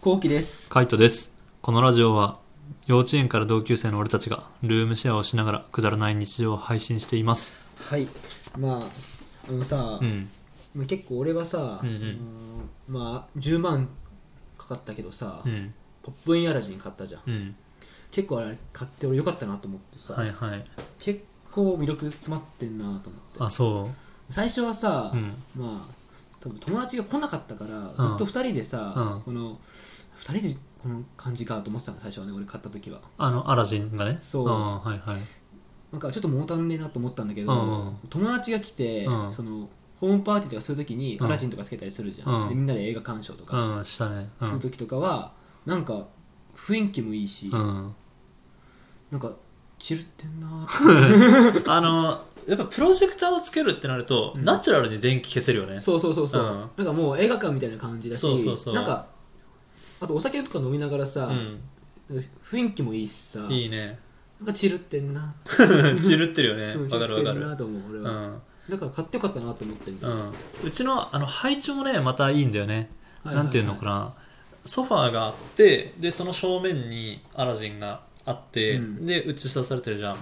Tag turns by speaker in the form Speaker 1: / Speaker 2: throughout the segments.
Speaker 1: こうきです。
Speaker 2: カイトです。このラジオは幼稚園から同級生の俺たちがルームシェアをしながらくだらない日常を配信しています。
Speaker 1: はい。まあ、あのさ、
Speaker 2: うん。
Speaker 1: まあ結構俺はさ、
Speaker 2: うんうん
Speaker 1: うーんまあ、10万かかったけどさ、
Speaker 2: うん。
Speaker 1: ポップインアラジン買ったじゃん。
Speaker 2: うん。
Speaker 1: 結構あれ買って俺よかったなと思ってさ、
Speaker 2: はいはい。
Speaker 1: 結構魅力詰まってんなと思っ
Speaker 2: あ、
Speaker 1: て。
Speaker 2: そ
Speaker 1: 最初はさ、
Speaker 2: う。うん。
Speaker 1: まあ、多分友達が来なかったから、
Speaker 2: うん
Speaker 1: ずっと2人でさ、
Speaker 2: うん
Speaker 1: この、2人でこの感じかと思ってたの、最初はね、俺買った時は。
Speaker 2: あの、アラジンがね。
Speaker 1: そう
Speaker 2: うん、はいはい。
Speaker 1: なんかちょっと物足んねえなと思ったんだけど、
Speaker 2: うんうん
Speaker 1: 友達が来て、
Speaker 2: うん
Speaker 1: そのホームパーティーとかするときに
Speaker 2: うん
Speaker 1: アラジンとかつけたりするじゃん、
Speaker 2: うん
Speaker 1: でみんなで映画鑑賞とか
Speaker 2: うん、したね。う
Speaker 1: する
Speaker 2: ん。
Speaker 1: ときとかは、なんか雰囲気もいいし、
Speaker 2: うん。
Speaker 1: なんかチルってんなーって
Speaker 2: あの、やっぱプロジェクターをつけるってなると、
Speaker 1: うん
Speaker 2: ナチュラルに電気消せるよ ね。
Speaker 1: そうそうそうそう、
Speaker 2: うん
Speaker 1: なんかもう映画館みたいな感じだし
Speaker 2: そうそうそう
Speaker 1: なんかあとお酒とか飲みながらさ、
Speaker 2: うん。
Speaker 1: 雰囲気もいいしさ
Speaker 2: いいね。
Speaker 1: なんかチルってんなーっ
Speaker 2: 散るってるよね。
Speaker 1: て うん
Speaker 2: わかるわ
Speaker 1: チ
Speaker 2: か
Speaker 1: ルってんな
Speaker 2: る。
Speaker 1: ーと思う俺
Speaker 2: う
Speaker 1: は、
Speaker 2: ん。
Speaker 1: だから買ってよかったなと思ってる、
Speaker 2: う
Speaker 1: はい
Speaker 2: ん。うちの、あの、配置もね、またいいんだよね。
Speaker 1: はは
Speaker 2: なんていうのかなソファーがあってでその正面にアラジンがあって、
Speaker 1: うん
Speaker 2: で映し出されてるじゃん、
Speaker 1: うん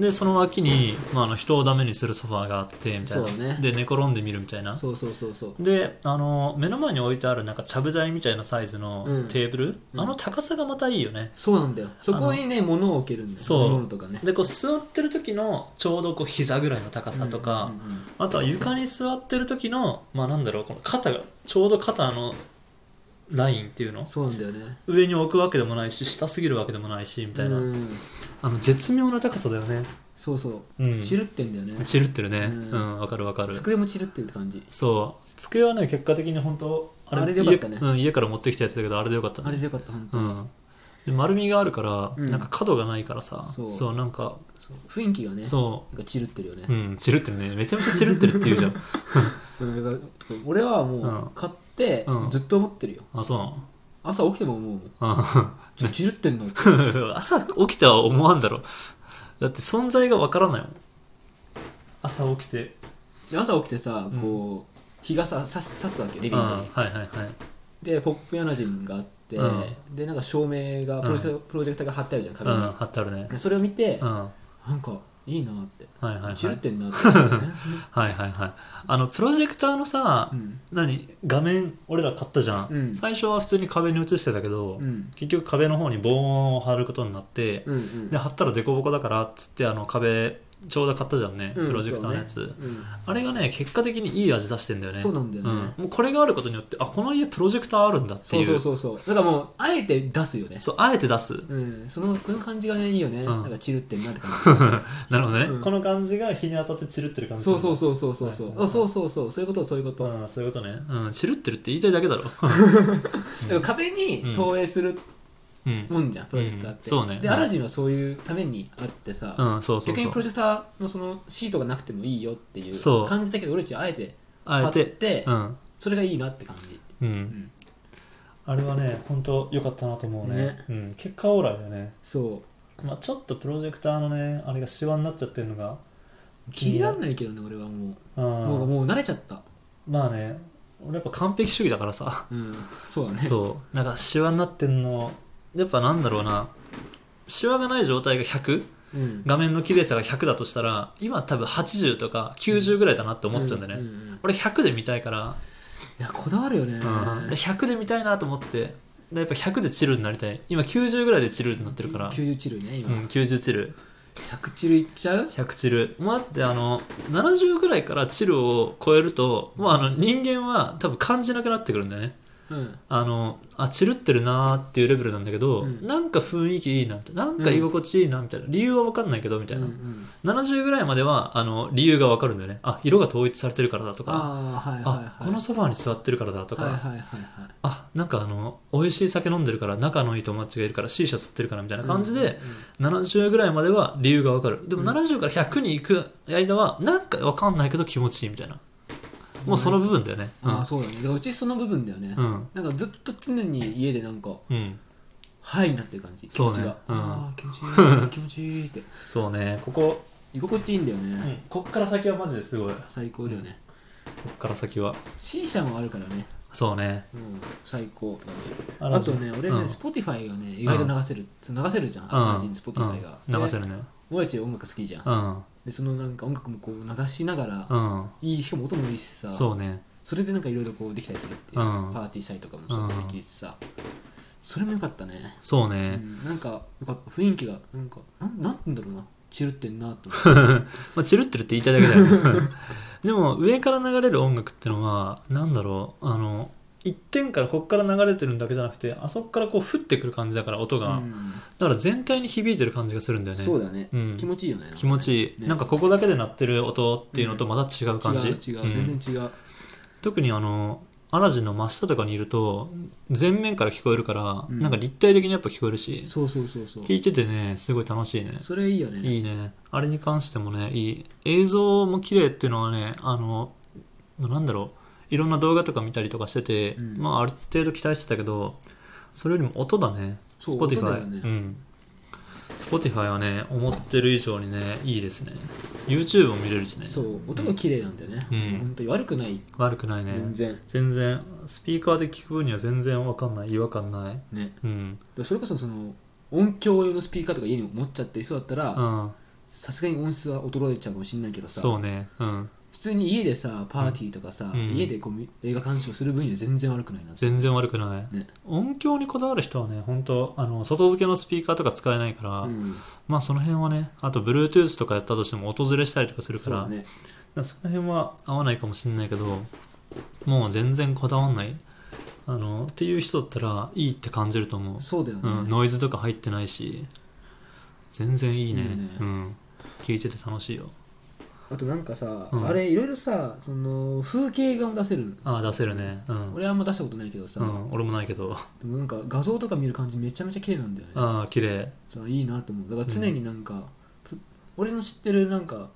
Speaker 2: でその脇に、まあ、あの人をダメにするソファーがあってみたいな、
Speaker 1: そうね
Speaker 2: で寝転んでみるみたいな
Speaker 1: そうそうそうそう
Speaker 2: であの目の前に置いてあるなんかちゃぶ台みたいなサイズの
Speaker 1: うん
Speaker 2: テーブル、
Speaker 1: うん
Speaker 2: あの高さがまたいいよね
Speaker 1: そうなんだよそこにね物を置けるんだよ
Speaker 2: そう
Speaker 1: 物とかね
Speaker 2: でこう座ってる時のちょうどこう膝ぐらいの高さとか、
Speaker 1: うんうんうん
Speaker 2: あとは床に座ってる時のまあなんだろうこの肩がちょうど肩のラインっていうの
Speaker 1: そうなんだよね
Speaker 2: 上に置くわけでもないし下すぎるわけでもないしみたいな、
Speaker 1: うん
Speaker 2: あの絶妙な高さだよね
Speaker 1: そうそううんチルってんだよね
Speaker 2: 散るってるね
Speaker 1: う
Speaker 2: うんんわ、かるわかる
Speaker 1: 机もチルってるって感じ
Speaker 2: そう机はね結果的に本当
Speaker 1: あれでよかったね
Speaker 2: 家,、うん、家から持ってきたやつだけどあれでよかったね
Speaker 1: あれでよかった本当
Speaker 2: う
Speaker 1: に
Speaker 2: んで丸みがあるから、
Speaker 1: うん
Speaker 2: なんか角がないからさ
Speaker 1: そう
Speaker 2: なんか
Speaker 1: そう雰囲気がね
Speaker 2: そ
Speaker 1: なんかチルってるよね
Speaker 2: ううん散るってるねめちゃめちゃ散るってるっていうじゃ ん
Speaker 1: うんだから俺はも
Speaker 2: うん
Speaker 1: う買って
Speaker 2: うん
Speaker 1: ずっと思ってるよ
Speaker 2: あそうなの
Speaker 1: 朝起きても思うもん
Speaker 2: あ
Speaker 1: ちょチルってんのって
Speaker 2: 朝起きたは思わんだろだって存在がわからないもん朝起きて
Speaker 1: で朝起きてさ
Speaker 2: うん
Speaker 1: こう日がさささすわけリビン
Speaker 2: う
Speaker 1: グ
Speaker 2: ん
Speaker 1: に
Speaker 2: はいはいはい
Speaker 1: でポップエナジンがあって
Speaker 2: う
Speaker 1: でなんか照明がプロジェクタープロジェクターが貼ってあるじゃん壁
Speaker 2: う
Speaker 1: に
Speaker 2: ん、貼ってあるね。
Speaker 1: でそれを見て
Speaker 2: うん。は
Speaker 1: なんかいいなって
Speaker 2: いはいはい。
Speaker 1: チルってんなって思うよね
Speaker 2: はいはいはい。あの、プロジェクターのさ
Speaker 1: う、ん
Speaker 2: 何画面、俺ら買ったじゃん。
Speaker 1: うん
Speaker 2: 最初は普通に壁に映してたけど、
Speaker 1: うん
Speaker 2: 結局壁の方に防音を貼ることになって、
Speaker 1: うんうん
Speaker 2: で、貼ったらデコボコだからっつって、あの、壁、ちょうど買ったじゃんね。
Speaker 1: うん
Speaker 2: プロジェクターのやつ。
Speaker 1: うん
Speaker 2: あれがね、結果的にいい味出してんだよね。
Speaker 1: そうなんだよね
Speaker 2: うんもうこれがあることによって、あ、この家プロジェクターあるんだって
Speaker 1: そ
Speaker 2: いうう。
Speaker 1: そうそうそうだからもうあえて出すよね
Speaker 2: そうあえて出す。
Speaker 1: うんそのその感じがねいいよね、
Speaker 2: ん
Speaker 1: なんかチルってんなって感じ
Speaker 2: なるほどね、
Speaker 1: うん
Speaker 2: この感じが日に当たって散るってる感じ
Speaker 1: そうそうそうそうそうそう、
Speaker 2: はいはいはい
Speaker 1: あそうそうそうそういうことそういうこと、
Speaker 2: うん、そういうことね。うん、チルってるって言いたいだけだろ。
Speaker 1: だから壁に投影する
Speaker 2: うん。
Speaker 1: もんじゃん、プロジェクターって、
Speaker 2: うんそうね
Speaker 1: で
Speaker 2: うん
Speaker 1: アラジンはそういうためにあってさ、
Speaker 2: うん、そうそう
Speaker 1: 逆にプロ
Speaker 2: そう。
Speaker 1: ジェクターのそのシートがなくてもいいよってい
Speaker 2: そうう
Speaker 1: 感じだけど俺たちはあえて
Speaker 2: あえ、
Speaker 1: 貼ってて、
Speaker 2: うん。
Speaker 1: それがいいなって感じ、
Speaker 2: う。
Speaker 1: うんん、
Speaker 2: あれはね、本当良かったなと思うね。
Speaker 1: ね
Speaker 2: うん。結果オーライだよね。
Speaker 1: そう
Speaker 2: まあちょっとプロジェクターのね、あれがシワになっちゃってるのが
Speaker 1: 気にならないけどね俺はもう、
Speaker 2: う。
Speaker 1: もうんもう慣れちゃった
Speaker 2: まあね、俺やっぱ完璧主義だからさ。
Speaker 1: うんそうだね
Speaker 2: そう。なんかシワになってんの、やっぱなんだろうな。シワがない状態が 100?
Speaker 1: うん
Speaker 2: 画面の綺麗さが100だとしたら、今多分80とか90ぐらいだなって思っちゃうんだよね。
Speaker 1: んんうん
Speaker 2: 俺100で見たいから、
Speaker 1: いやこだわるよね、
Speaker 2: で100で見たいなと思ってでやっぱ100でチルになりたい今90ぐらいでチルになってるから、う
Speaker 1: 90チルね今、
Speaker 2: ん、90チル
Speaker 1: 100チルいっちゃう
Speaker 2: 100チルもうだってあの70ぐらいからチルを超えるともうあの人間は多分感じなくなってくるんだよね
Speaker 1: うん
Speaker 2: あのあチルってるなーっていうレベルなんだけど、
Speaker 1: うん
Speaker 2: なんか雰囲気いいなみたいななんか居心地いいなみたいな理由は分かんないけどみたいな、
Speaker 1: うんうん、
Speaker 2: 70ぐらいまではあの理由が分かるんだよねあ色が統一されてるからだとか
Speaker 1: ああはいはい、はい
Speaker 2: あ、このソファーに座ってるからだとか、
Speaker 1: はいはいはいはい
Speaker 2: あなんかあの美味しい酒飲んでるから仲のいい友達がいるから C 社吸ってるからみたいな感じで、、70ぐらいまでは理由がわかるでも
Speaker 1: うん
Speaker 2: 70から100に行く間はなんかわかんないけど気持ちいいみたいなもうその部分だよね
Speaker 1: うんうんああそうだねだからうちその部分だよね、
Speaker 2: うん
Speaker 1: なんかずっと常に家でなんか
Speaker 2: うん、うん、
Speaker 1: はいなってる感じ気
Speaker 2: そう
Speaker 1: 持
Speaker 2: ね
Speaker 1: ちが、
Speaker 2: うん
Speaker 1: ああ気持ちいい気持ちいい って
Speaker 2: そうねここ、
Speaker 1: 居心地いいんだよね、
Speaker 2: こっから先はマジですごいこ
Speaker 1: 最高だよね、
Speaker 2: っから先は
Speaker 1: シーシャもあるからね
Speaker 2: そうね。
Speaker 1: うん、最高
Speaker 2: あ
Speaker 1: あとね俺ね、
Speaker 2: うん
Speaker 1: Spotify がね意外と流せる、流せるじゃん、アメリカ人 Spotify が、
Speaker 2: うん、流せ
Speaker 1: で
Speaker 2: るね。
Speaker 1: 俺たち音楽好きじゃん、
Speaker 2: うん。
Speaker 1: でそのなんか音楽もこう流しながら、
Speaker 2: うん。
Speaker 1: いいしかも音もいいしさ
Speaker 2: そうね。
Speaker 1: それでなんかいろいろこうできたりするっていう、
Speaker 2: うん
Speaker 1: パーティーしたりとかもそうできるしさ、それもよかったね、
Speaker 2: そう
Speaker 1: う
Speaker 2: ね。
Speaker 1: ん、なんかよかった雰囲気がなんかなんなんて言うんだろうなチルってんなと思って
Speaker 2: まあ、チルってるって言いたいだけだよね。 でも、上から流れる音楽ってのは、なんだろう、あの、一点からこっから流れてるんだけじゃなくて、あそこからこう降ってくる感じだから、音が。
Speaker 1: うん
Speaker 2: だから全体に響いてる感じがするんだよね。
Speaker 1: そうだね、
Speaker 2: うん
Speaker 1: 気持ちいいよね
Speaker 2: 気持ちいい、
Speaker 1: ね
Speaker 2: なんかここだけで鳴ってる音っていうのとまた違う感じ、
Speaker 1: 違う違う、
Speaker 2: うん
Speaker 1: 全然違う
Speaker 2: 特にあのアラジンの真下とかにいると前面から聞こえるから、
Speaker 1: うん
Speaker 2: なんか立体的にやっぱ聞こえるし
Speaker 1: そうそうそうそう
Speaker 2: 聞いててねすごい楽しいね
Speaker 1: それいいよね
Speaker 2: いいねあれに関してもねいい映像も綺麗っていうのはねあのなんだろういろんな動画とか見たりとかしてて、
Speaker 1: うん
Speaker 2: まあある程度期待してたけどそれよりも音だね
Speaker 1: そう
Speaker 2: Spotify
Speaker 1: 音だよね
Speaker 2: うん、Spotify はね思ってる以上にねいいですね YouTube も見れるしね
Speaker 1: そう音が綺麗なんだよね、
Speaker 2: うん
Speaker 1: 本当に悪くない、
Speaker 2: 悪くないね
Speaker 1: 全然
Speaker 2: 全然スピーカーで聞く分には全然わかんない違和感ない
Speaker 1: ね
Speaker 2: うん
Speaker 1: それこそその音響用のスピーカーとか家に持っちゃってる人だった
Speaker 2: う
Speaker 1: ら
Speaker 2: ん
Speaker 1: さすがに音質は衰えちゃうかもしれないけどさ
Speaker 2: そうねうん
Speaker 1: 普通に家でさパーティーとかさ、
Speaker 2: うん
Speaker 1: 家でこうみ映画鑑賞する分には全然悪くないなって
Speaker 2: 全然悪くない、
Speaker 1: ね
Speaker 2: 音響にこだわる人はね本当あの外付けのスピーカーとか使えないから、
Speaker 1: うん、
Speaker 2: まあその辺はねあと Bluetooth とかやったとしても音ずれしたりとかするか
Speaker 1: そう
Speaker 2: ら
Speaker 1: だね
Speaker 2: だからその辺は合わないかもしれないけどもう全然こだわんないあのっていう人だったらいいって感じると思う
Speaker 1: そうだよね、
Speaker 2: うん、ノイズとか入ってないし全然いいね
Speaker 1: いいね
Speaker 2: うん、聞いてて楽しいよ
Speaker 1: あとなんかさ、
Speaker 2: うん
Speaker 1: あれいろいろさその風景画も出せる
Speaker 2: ああ出せるねうん
Speaker 1: 俺あんま出したことないけどさ、
Speaker 2: うん、俺もないけど
Speaker 1: でもなんか画像とか見る感じめちゃめちゃ綺麗なんだよね
Speaker 2: ああ綺麗
Speaker 1: そういいなと思うだから常になんか、と俺の知ってるなんか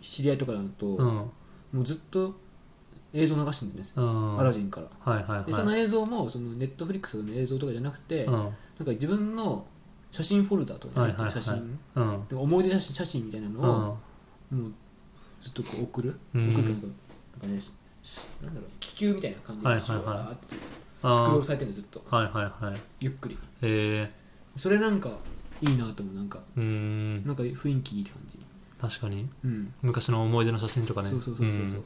Speaker 1: 知り合いとかだと、
Speaker 2: うん
Speaker 1: もうずっと映像流してるんだよね、
Speaker 2: うん
Speaker 1: ア
Speaker 2: は
Speaker 1: ラ
Speaker 2: い
Speaker 1: ジンから
Speaker 2: はいはい
Speaker 1: でその映像もそのネットフリックスの映像とかじゃなくて、
Speaker 2: う
Speaker 1: なん
Speaker 2: ん
Speaker 1: か自分の写真フォルダとか、
Speaker 2: はいはいはい
Speaker 1: 写真
Speaker 2: うん
Speaker 1: で思い出写真写真みたいな
Speaker 2: う
Speaker 1: のを、
Speaker 2: ん
Speaker 1: もうずっとこう送る、
Speaker 2: うん
Speaker 1: 送るけどなんかねすすなんだろう気球みたいな感じで、
Speaker 2: はいはいはい
Speaker 1: わーってスクロー
Speaker 2: あ
Speaker 1: ルされてるのずっと
Speaker 2: あはいはいはい
Speaker 1: ゆっくり
Speaker 2: え
Speaker 1: それなんかいいなと思うなんか
Speaker 2: ー、うーん
Speaker 1: なんか雰囲気いいって感じ
Speaker 2: 確かに
Speaker 1: うん
Speaker 2: 昔の思い出の写真とかね
Speaker 1: そうそうそうそうそう、
Speaker 2: うん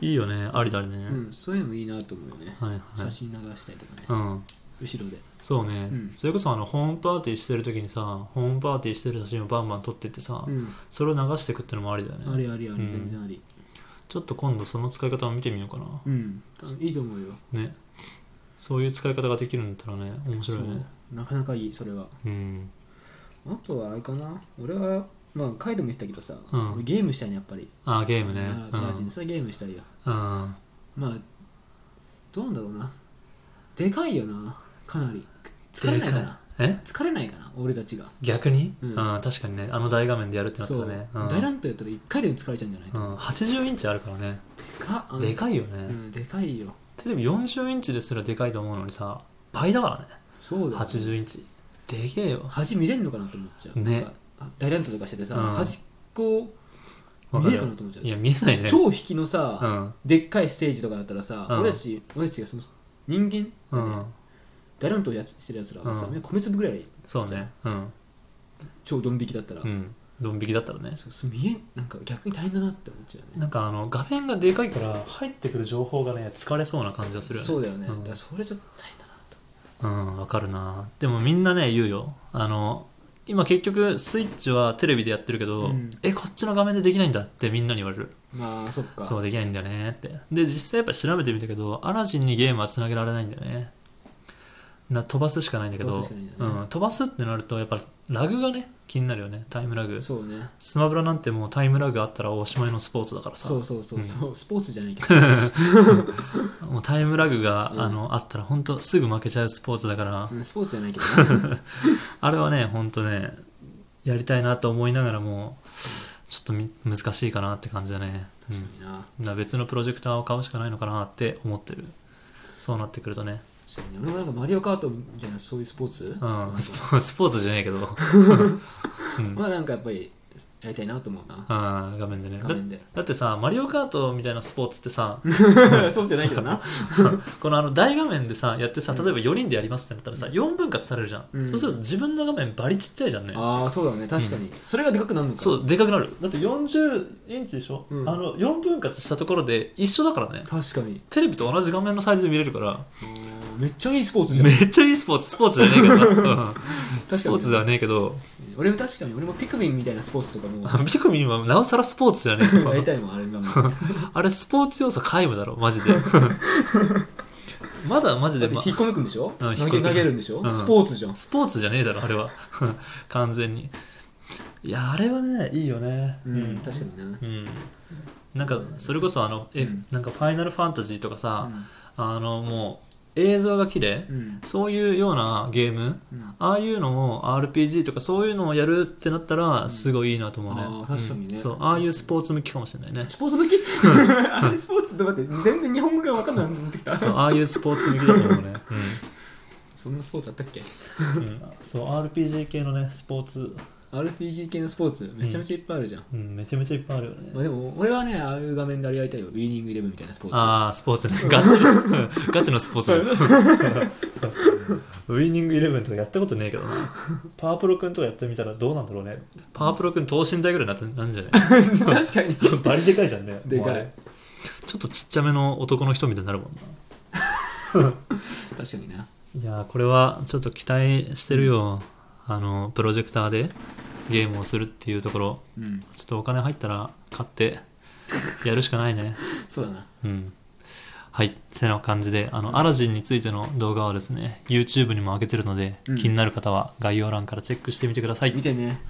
Speaker 2: いいよねありだね、
Speaker 1: うんそういうのもいいなと思うよね、
Speaker 2: はいはい
Speaker 1: 写真流したりとかね、
Speaker 2: うん
Speaker 1: 後ろで
Speaker 2: そうね、
Speaker 1: うん
Speaker 2: それこそあのホームパーティーしてる時にさホームパーティーしてる写真をバンバン撮ってってさ、
Speaker 1: うん
Speaker 2: それを流していくってのもありだよね
Speaker 1: ありありあり、
Speaker 2: うん
Speaker 1: 全然あり
Speaker 2: ちょっと今度その使い方を見てみようかな、
Speaker 1: うんいいと思うよ
Speaker 2: ねそういう使い方ができるんだったらね面白いね
Speaker 1: そうなかなかいいそれは
Speaker 2: うん
Speaker 1: あとはあれかな俺はまあカイドも言ってたけどさ、
Speaker 2: うん
Speaker 1: 俺ゲームしたいねやっぱり
Speaker 2: あゲームね
Speaker 1: あ
Speaker 2: うん
Speaker 1: マジでそれゲームしたいよ
Speaker 2: うん
Speaker 1: まあどうなんだろうなでかいよなかなり疲れないかな
Speaker 2: え
Speaker 1: 疲れないかな俺たちが
Speaker 2: 逆に、
Speaker 1: うん
Speaker 2: あ確かにねあの大画面でやるってなった
Speaker 1: そ
Speaker 2: ら
Speaker 1: う、
Speaker 2: ねん
Speaker 1: 大乱闘やったら1回でも疲れちゃうんじゃないか、
Speaker 2: うん、80インチあるからね
Speaker 1: でかあの
Speaker 2: でかいよね、
Speaker 1: うん、でかいよ
Speaker 2: テレビ40インチですらでかいと思うのにさ倍だからね
Speaker 1: そうだよ
Speaker 2: 80インチでけえよ
Speaker 1: 端見れんのかなと思っちゃう
Speaker 2: ね
Speaker 1: あ大乱闘とかしててさ、
Speaker 2: うん
Speaker 1: 端っこ
Speaker 2: わ
Speaker 1: 見
Speaker 2: か
Speaker 1: えるか
Speaker 2: るよ
Speaker 1: なと思っちゃう
Speaker 2: いや見えないね
Speaker 1: 超引きのさ、
Speaker 2: うん
Speaker 1: でっかいステージとかだったらさ、
Speaker 2: うん
Speaker 1: 俺たち俺たちがその人間
Speaker 2: う
Speaker 1: だね、
Speaker 2: ん
Speaker 1: 大乱闘やしてるやつらはさ、
Speaker 2: うん
Speaker 1: 米粒ぐらい
Speaker 2: そうねうん
Speaker 1: 超ドン引きだったら、
Speaker 2: うんドン引きだったらね
Speaker 1: そうそう見えんなんか逆に大変だなって思っちゃう
Speaker 2: な
Speaker 1: ね
Speaker 2: んかあの画面がでかいから入ってくる情報がね疲れそうな感じがするよね
Speaker 1: そうだよね、
Speaker 2: うん
Speaker 1: だからそれちょっと大変だなと
Speaker 2: うん、わかるな。でもみんなね、言うよ。あの、今結局、スイッチはテレビでやってるけど、
Speaker 1: うん
Speaker 2: え、こっちの画面でできないんだってみんなに言われる。
Speaker 1: まあそっか
Speaker 2: そう、できないんだよねって。で、実際やっぱ調べてみたけど、アラジンにゲームは繋げられないんだよね。な飛ばすしかないんだけど
Speaker 1: 飛ばすしかないんだよね
Speaker 2: うん、飛ばすってなると、やっぱラグがね、気になるよね。タイムラグ。
Speaker 1: そうね
Speaker 2: スマブラなんてもうタイムラグあったらおしまいのスポーツだからさ。
Speaker 1: そうそうそうそう、スポーツじゃないけど
Speaker 2: もうタイムラグが、
Speaker 1: うん
Speaker 2: あのあったら本当すぐ負けちゃうスポーツだから
Speaker 1: う、んスポーツじゃないけどね、
Speaker 2: あれはね、ほんとね、やりたいなと思いながらも、ちょっとみ難しいかなって感じだね。うん、だ
Speaker 1: 確かにな
Speaker 2: から別のプロジェクターを買うしかないのかなって思ってる。そうなってくるとね。
Speaker 1: 確かに俺もなんかマリオカートみたいなそういうスポーツ、
Speaker 2: うん、スポスポーツじゃないけど。うん、
Speaker 1: まあなんかやっぱりやりたいなと思うな
Speaker 2: あー画面でねだ
Speaker 1: 画面 で
Speaker 2: だってさマリオカートみたいなスポーツってさ
Speaker 1: そうじゃないけどな
Speaker 2: このあの大画面でさやってさ
Speaker 1: うん
Speaker 2: 例えば4人でやりますってなったらさ4分割されるじゃん、
Speaker 1: うん
Speaker 2: そうすると自分の画面バリちっちゃいじゃんね
Speaker 1: ああそうだね確かに、それがでかくなるのか
Speaker 2: そうでかくなるだって40インチでしょ、
Speaker 1: うん
Speaker 2: あの4分割したところで一緒だからね
Speaker 1: 確かに
Speaker 2: テレビと同じ画面のサイズで見れるから
Speaker 1: あーめっちゃいいスポーツじゃん
Speaker 2: めっちゃいいスポーツスポーツじゃね えけどさうん
Speaker 1: に
Speaker 2: スポーツではねえけど
Speaker 1: 俺も確かに俺もピクミンみたいなスポーツとか も
Speaker 2: ピクミンはなおさらスポーツじゃねえ
Speaker 1: やり
Speaker 2: か
Speaker 1: たいもんあれがもう
Speaker 2: あれスポーツ要素皆無だろマジ でまだマジ
Speaker 1: だ
Speaker 2: で、
Speaker 1: って
Speaker 2: ま、
Speaker 1: 引っこ抜くんでしょ
Speaker 2: うん
Speaker 1: 投
Speaker 2: 引っこ抜
Speaker 1: げ
Speaker 2: く
Speaker 1: 投げるんでしょ、
Speaker 2: うん
Speaker 1: スポーツじゃん
Speaker 2: スポーツじゃねえだろあれは 完全にいやあれはねいいよね
Speaker 1: うん、確かにな、うん
Speaker 2: うんなんかそれこそあのえ、
Speaker 1: うん
Speaker 2: なんか「ファイナルファンタジー」とかさ、あのもう映像が綺麗、
Speaker 1: うん
Speaker 2: そういうようなゲーム
Speaker 1: うん
Speaker 2: ああいうのを RPG とかそういうのをやるってなったら
Speaker 1: ん
Speaker 2: すごいいいなと思うね、
Speaker 1: ああ確かにね
Speaker 2: うんそうああいうスポーツ向きかもしれないね
Speaker 1: スポーツ向きあれ スポーツって待って全然日本語が分かんなくなってきた
Speaker 2: そうああいうスポーツ向きだと思う ね、
Speaker 1: そんなスポーツあったっけ
Speaker 2: うんうんそう RPG 系のねスポーツ、
Speaker 1: RPG 系のスポーツめちゃめちゃいっぱいあるじゃん、
Speaker 2: うん、めちゃめちゃいっぱいあるよね
Speaker 1: まあ、でも俺はねああいう画面であれやりたいよウィニングイレブンみたいなスポーツ
Speaker 2: ああ、スポ ーツね。ガチの、ガチのスポーツじゃんウィニングイレブンとかやったことねえけどな。パワープロ君とかやってみたらどうなんだろうね。パワープロ君等身大ぐらいになってなんじゃない
Speaker 1: 確かに
Speaker 2: バリでかいじゃんね。
Speaker 1: でかい
Speaker 2: もうあれ。ちょっとちっちゃめの男の人みたいになるもんな。
Speaker 1: 確かにない
Speaker 2: やー、これはちょっと期待してるよ。あの、プロジェクターでゲームをするっていうところ、
Speaker 1: うん
Speaker 2: ちょっとお金入ったら買ってやるしかないね。
Speaker 1: そうだな
Speaker 2: うん。はい。てな感じで、あの、アラジンについての動画はですね、YouTube にも上げてるので、
Speaker 1: うん
Speaker 2: 気になる方は概要欄からチェックしてみてください。
Speaker 1: 見てね